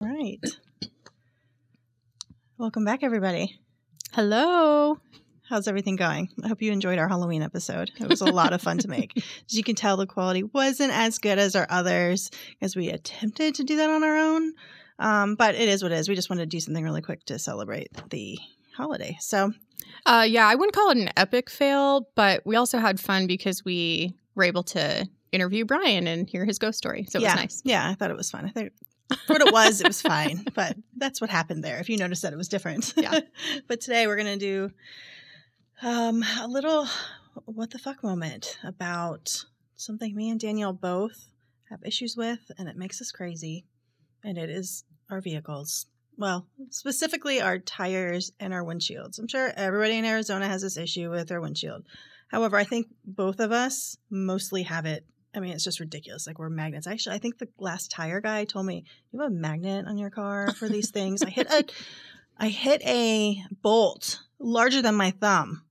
Right. Welcome back, everybody. Hello. How's everything going? I hope you enjoyed our Halloween episode. It was a lot of fun to make. As you can tell, the quality wasn't as good as our others because we attempted to do that on our own. Um, but it is what it is. We just wanted to do something really quick to celebrate the holiday. So, Uh, yeah, I wouldn't call it an epic fail, but we also had fun because we were able to interview Brian and hear his ghost story. So it yeah, was nice. Yeah, I thought it was fun. I think for what it was, it was fine. But that's what happened there. If you noticed that it was different. Yeah. but today we're gonna do um, a little what the fuck moment about something me and Danielle both have issues with, and it makes us crazy. And it is our vehicles. Well, specifically our tires and our windshields. I'm sure everybody in Arizona has this issue with their windshield. However, I think both of us mostly have it. I mean, it's just ridiculous. Like we're magnets. Actually, I think the last tire guy told me you have a magnet on your car for these things. I hit a, I hit a bolt larger than my thumb,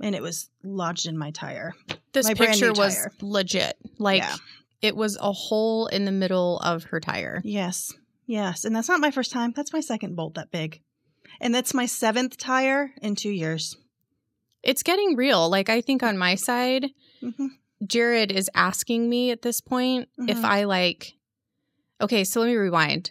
and it was lodged in my tire. This My brand new picture was tire. legit. Like Yeah. it was a hole in the middle of her tire. Yes, yes, and that's not my first time. That's my second bolt that big, and that's my seventh tire in two years. It's getting real. Like I think on my side, hmm Jared is asking me at this point if Mhm. I like. Okay, so let me rewind.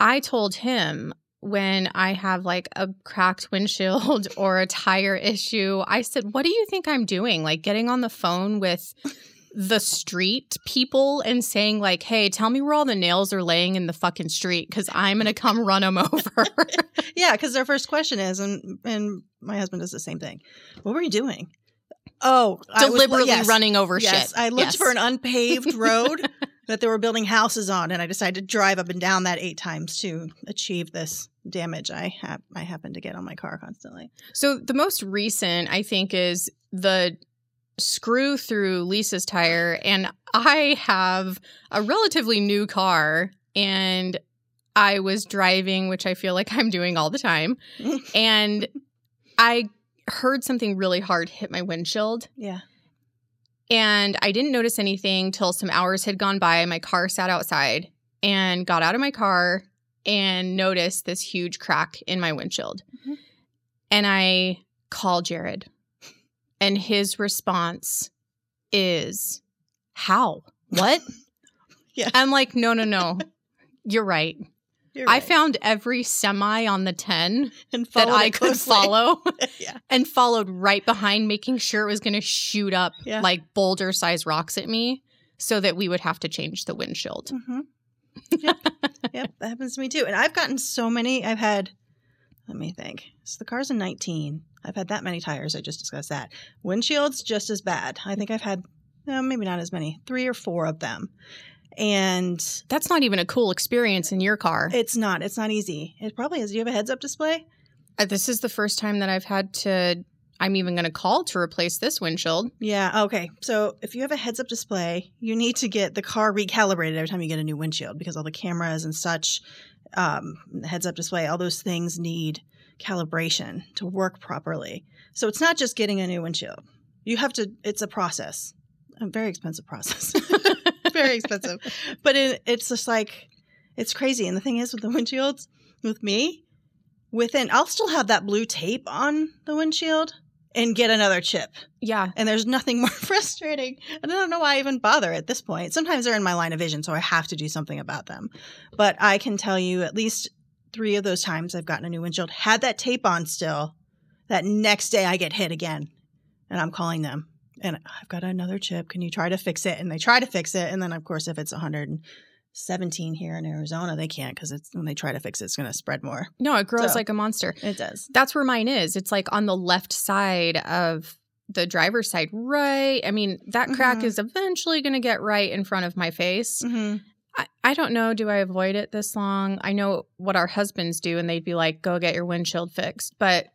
I told him when I have like a cracked windshield or a tire issue, I said, What do you think I'm doing? Like getting on the phone with the street people and saying, like, hey, tell me where all the nails are laying in the fucking street because I'm going to come run them over. Yeah, because their first question is, and and my husband does the same thing. What were you doing? Oh, I was- Deliberately yes. running over yes, shit. I looked Yes. for an unpaved road that they were building houses on, and I decided to drive up and down that eight times to achieve this damage I have. I happen to get on my car constantly. So the most recent, I think, is the screw through Lisa's tire, and I have a relatively new car, and I was driving, which I feel like I'm doing all the time, and I heard something really hard hit my windshield. Yeah. And I didn't notice anything till some hours had gone by. My car sat outside and got out of my car and noticed this huge crack in my windshield. Mhm. And I call Jared. And his response is, How? What? Yeah. I'm like, No, no, no. You're right. You're I right. found every semi on the 10 and that followed I it could closely. follow yeah. and followed right behind, making sure it was going to shoot up Yeah. like boulder sized rocks at me so that we would have to change the windshield. Mm-hmm. Yep. yep, that happens to me too. And I've gotten so many. I've had, let me think. So the car's a 19. I've had that many tires. I just discussed that. Windshields, just as bad. I think I've had, no, maybe not as many, three or four of them. And That's not even a cool experience in your car. it's not, it's not easy. It probably is. Do you have a heads up display? Uh, this is the first time that I've had to, I'm even going to call to replace this windshield. Yeah. Okay. So if you have a heads up display, you need to get the car recalibrated every time you get a new windshield because all the cameras and such, um, the heads up display, all those things need calibration to work properly. So it's not just getting a new windshield. You have to, it's a process, a very expensive process. very expensive. But it, it's just like, it's crazy. And the thing is with the windshields, with me, within, I'll still have that blue tape on the windshield and get another chip Yeah. and there's nothing more frustrating. And I don't know why I even bother at this point. Sometimes they're in my line of vision, so I have to do something about them. But I can tell you at least three of those times I've gotten a new windshield, had that tape on still. That next day I get hit again, and I'm calling them. And I've got another chip. Can you try to fix it? And they try to fix it. And then, of course, if it's 117 here in Arizona, they can't because it's when they try to fix it, it's going to spread more. No, it grows So- like a monster. It does. That's where mine is. It's like on the left side of the driver's side, right? I mean, that crack Mhm. is eventually going to get right in front of my face. Mm-hmm. I, I don't know. Do I avoid it this long? I know what our husbands do, and they'd be like, go get your windshield fixed. But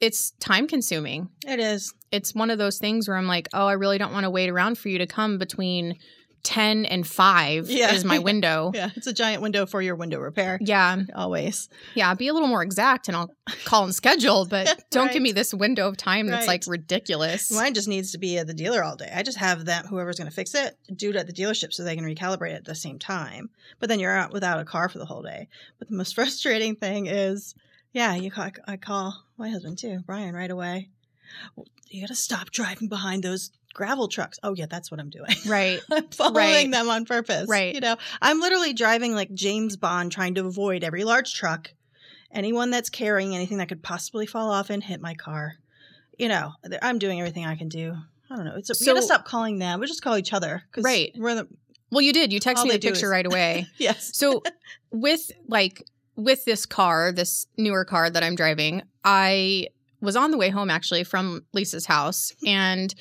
it's time consuming. It is. It's one of those things where I'm like, oh, I really don't want to wait around for you to come between 10 and 5 Yeah. is my window. Yeah, it's a giant window for your window repair. yeah. Always. Yeah, be a little more exact and I'll call and schedule, but don't Right. give me this window of time that's like Right. ridiculous. Mine just needs to be at the dealer all day. I just have them, whoever's going to fix it, do it at the dealership so they can recalibrate it at the same time. But then you're out without a car for the whole day. But the most frustrating thing is, yeah, you call, I call my husband too, Brian, right away. Well, you got to stop driving behind those gravel trucks. Oh, yeah, that's what I'm doing. Right. I'm following Right. them on purpose. Right. You know, I'm literally driving like James Bond trying to avoid every large truck, anyone that's carrying anything that could possibly fall off and hit my car. You know, th- I'm doing everything I can do. I don't know. It's we gotta So- stop calling them. We just call each other. 'cause Right. We're the Well, you did. You texted All me they the do picture is- right away. yes. So with like with this car, this newer car that I'm driving, I was on the way home actually from Lisa's house and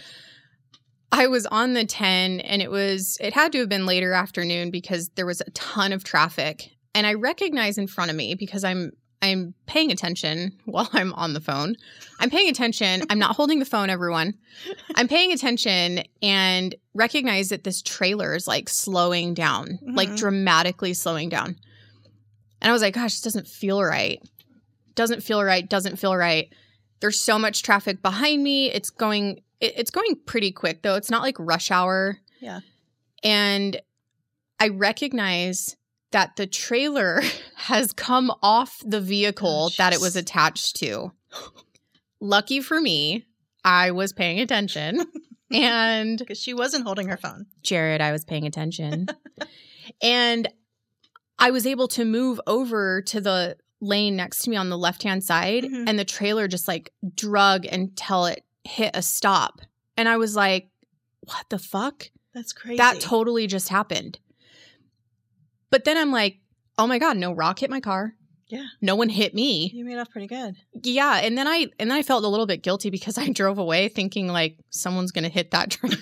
I was on the 10 and it was it had to have been later afternoon because there was a ton of traffic and I recognize in front of me because I'm I'm paying attention while I'm on the phone. I'm paying attention. I'm not holding the phone, everyone. I'm paying attention and recognize that this trailer is like slowing down, like Mhm. dramatically slowing down. And I was like, gosh, this doesn't feel right. Doesn't feel right. Doesn't feel right. There's so much traffic behind me. It's going it, it's going pretty quick though. It's not like rush hour. Yeah. And I recognize that the trailer has come off the vehicle Oh, that it was jeez. attached to. Lucky for me, I was paying attention. and Because she wasn't holding her phone. Jared, I was paying attention. and I was able to move over to the lane next to me on the left hand side, Mhm. and the trailer just like drug until it hit a stop. And I was like, what the fuck? That's crazy. That totally just happened. But then I'm like, oh my God, no rock hit my car. Yeah. No one hit me you made off pretty good. yeah and then i and then i felt a little bit guilty because i drove away thinking like someone's gonna hit that trailer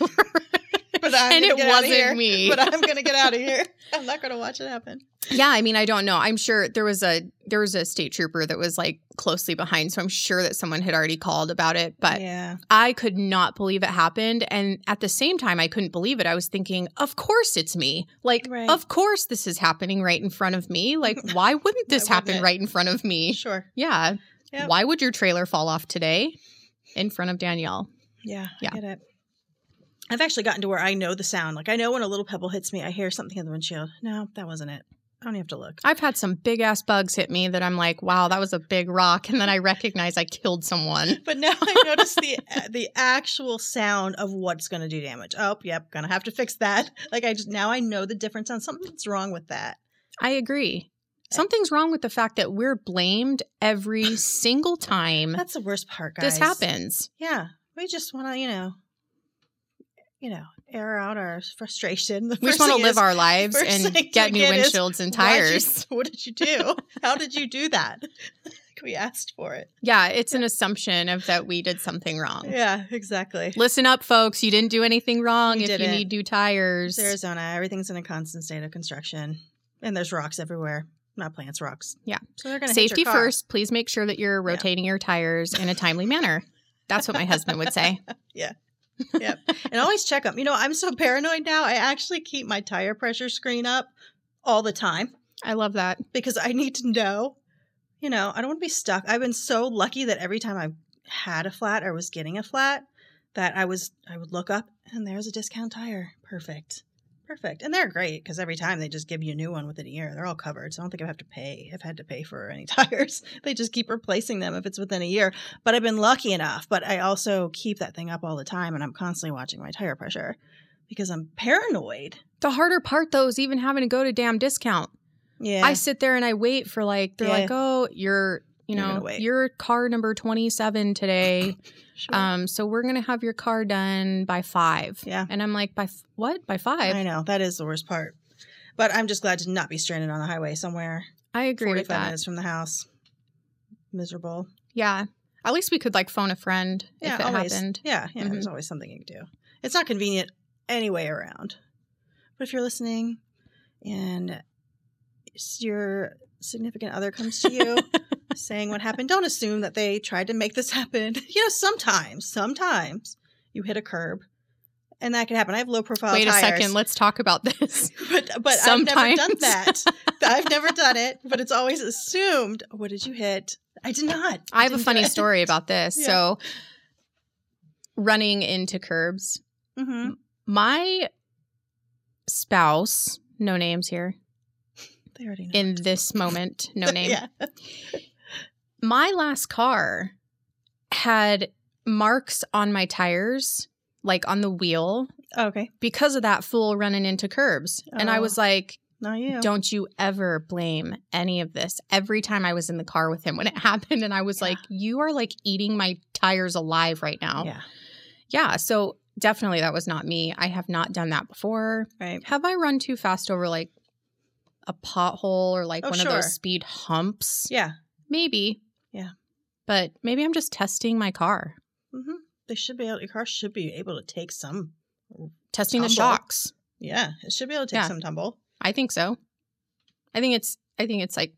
But I'm and gonna it get outta wasn't here. me But I'm gonna get out of here. I'm not gonna watch it happen. yeah i mean i don't know i'm sure there was a there was a state trooper that was like closely behind so i'm sure that someone had already called about it but yeah. i could not believe it happened and at the same time i couldn't believe it i was thinking of course it's me like Right. of course this is happening right in front of me like why wouldn't this Why wouldn't happen it? right in front of me Sure. yeah Yep. why would your trailer fall off today in front of danielle Yeah, Yeah. I get it. I've actually gotten to where I know the sound. Like I know when a little pebble hits me, I hear something in the windshield. No, that wasn't it. I don't even have to look. I've had some big ass bugs hit me that I'm like, wow, that was a big rock. And then I recognize I killed someone. But now I notice the uh, the actual sound of what's going to do damage. Oh, yep, gonna have to fix that. Like I just now I know the difference on something's wrong with that. I agree. Eh. Something's wrong with the fact that we're blamed every single time That's the worst part, guys. this happens. Yeah, we just want to, you know, you know, air out our frustration. The We just first want to thing live is, our lives first and thing get we new get is, windshields and "Why'd you- tires. what did you do? How did you do that? Like, we asked for it. Yeah, it's an assumption of that we did something wrong. Yeah, exactly. Listen up, folks. You didn't do anything wrong. You if you didn't. need new tires, Arizona, everything's in a constant state of construction, and there's rocks everywhere. Not plants, rocks. Yeah. So they're going to safety first. Please make sure that you're Yeah. rotating your tires in a timely manner. That's what my husband would say. and always check them. You know, I'm so paranoid now. I actually keep my tire pressure screen up all the time I love that. because I need to know. You know, I don't want to be stuck. I've been so lucky that every time I had a flat or was getting a flat, that I was I would look up and there's a discount tire. Perfect. Perfect. And they're great because every time they just give you a new one within a year. They're all covered. So I don't think I've have to pay. I've had to pay for any tires. They just keep replacing them if it's within a year. But I've been lucky enough. But I also keep that thing up all the time and I'm constantly watching my tire pressure because I'm paranoid. The harder part though is even having to go to damn discount. Yeah. I sit there and I wait for like they're Yeah. like, "Oh, you're you You're gonna know, wait. your car number 27 today. sure. um so we're going to have your car done by 5." Yeah. And I'm like, "By f- what? By 5?" I I, know that is the worst part. But I'm just glad to not be stranded on the highway somewhere agree 45 with that. minutes from the house. Miserable. Yeah. At least we could like phone a friend if it always. happened. Mm-hmm. Yeah, yeah. There's always something you can do. It's not convenient any way around. But if you're listening and s- your significant other comes to you saying what happened, don't assume that they tried to make this happen. You know, sometimes, sometimes you hit a curb and that can happen. I have low profile. Wait a tires. second. Let's talk about this. but but I've never Sometimes. done that. I've never done it, but it's always assumed. "Oh, What did you hit? I did not. I have a didn't do funny it." story about this. Yeah. So, running into curbs, Mm, Mhm. my spouse, no names here, They already know. in this moment, no name. yeah. My last car had marks on my tires, like on the wheel, Oh, okay. because of that fool running into curbs. And I Oh. was like, Not you. don't you ever blame any of this. Every time I was in the car with him when it happened, and I was Yeah. like, you are like eating my tires alive right now. Yeah. Yeah, so definitely that was not me. I have not done that before. Right. Have I run too fast over like a pothole or like Oh, one of sure. those speed humps? Yeah. Maybe. Yeah. But maybe I'm just testing my car, hmm They should be able. Your car should be able to take some. testing the Tumble. shocks. Yeah, it should be able to take Yeah. some tumble. I think so. I think it's I think it's like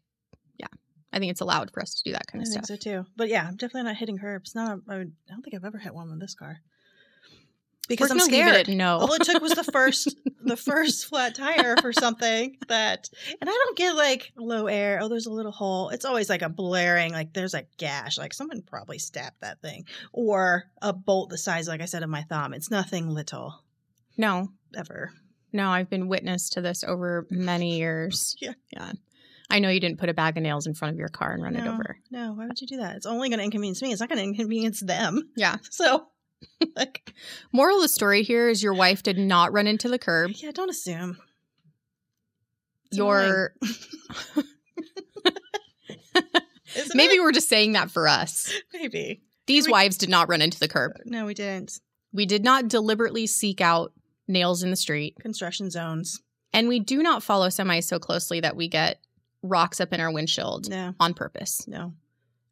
yeah. I think it's allowed for us to do that kind I of think so stuff. too. But yeah, I'm definitely not hitting curbs. No, I, I don't think I've ever hit one with this car. Because We're I'm gonna leave it scared. at no. All it took was the first the first flat tire for something that and I don't get like low air. Oh, there's a little hole. It's always like a blaring, like there's a gash. Like someone probably stabbed that thing. Or a bolt the size, like I said, of my thumb. It's nothing little no. ever. No, I've been witness to this over many years. Yeah. Yeah. I know you didn't put a bag of nails in front of your car and run it No. over. No, why would you do that? It's only gonna inconvenience me. It's not gonna inconvenience them. Yeah. So like Moral of the story here is your wife did not run into the curb. yeah, don't assume. It's annoying, Your isn't maybe it? we're just saying that for us. maybe. These We- wives did not run into the curb. No, we didn't. We did not deliberately seek out nails in the street, Construction zones. and we do not follow semis so closely that we get rocks up in our windshield No. on purpose. No.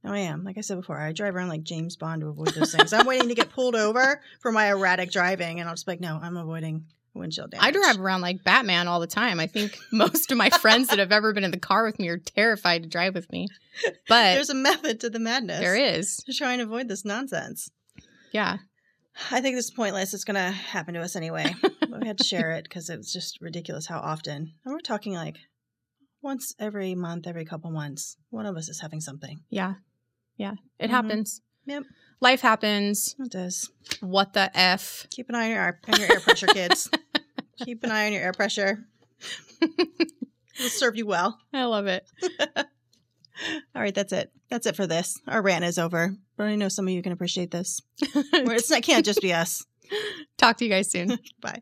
No, I am. Like I said before, I drive around like James Bond to avoid those things. I'm waiting to get pulled over for my erratic driving, and I'll just be like, no, I'm avoiding windshield damage. I drive around like Batman all the time. I think most of my friends that have ever been in the car with me are terrified to drive with me. But There's a method to the madness. there is. To try and avoid this nonsense. Yeah. I think this is pointless. It's going to happen to us anyway. but we had to share it because it was just ridiculous how often. And we're talking like once every month, every couple months, one of us is having something. Yeah. Yeah. It Mhm. happens. Yep. Life happens. It does. What the F? Keep an eye on your, on your air pressure, kids. Keep an eye on your air pressure. It'll serve you well. I love it. All right, that's it. That's it for this. Our rant is over, but I know some of you can appreciate this. It's, it can't just be us. Talk to you guys soon. Bye.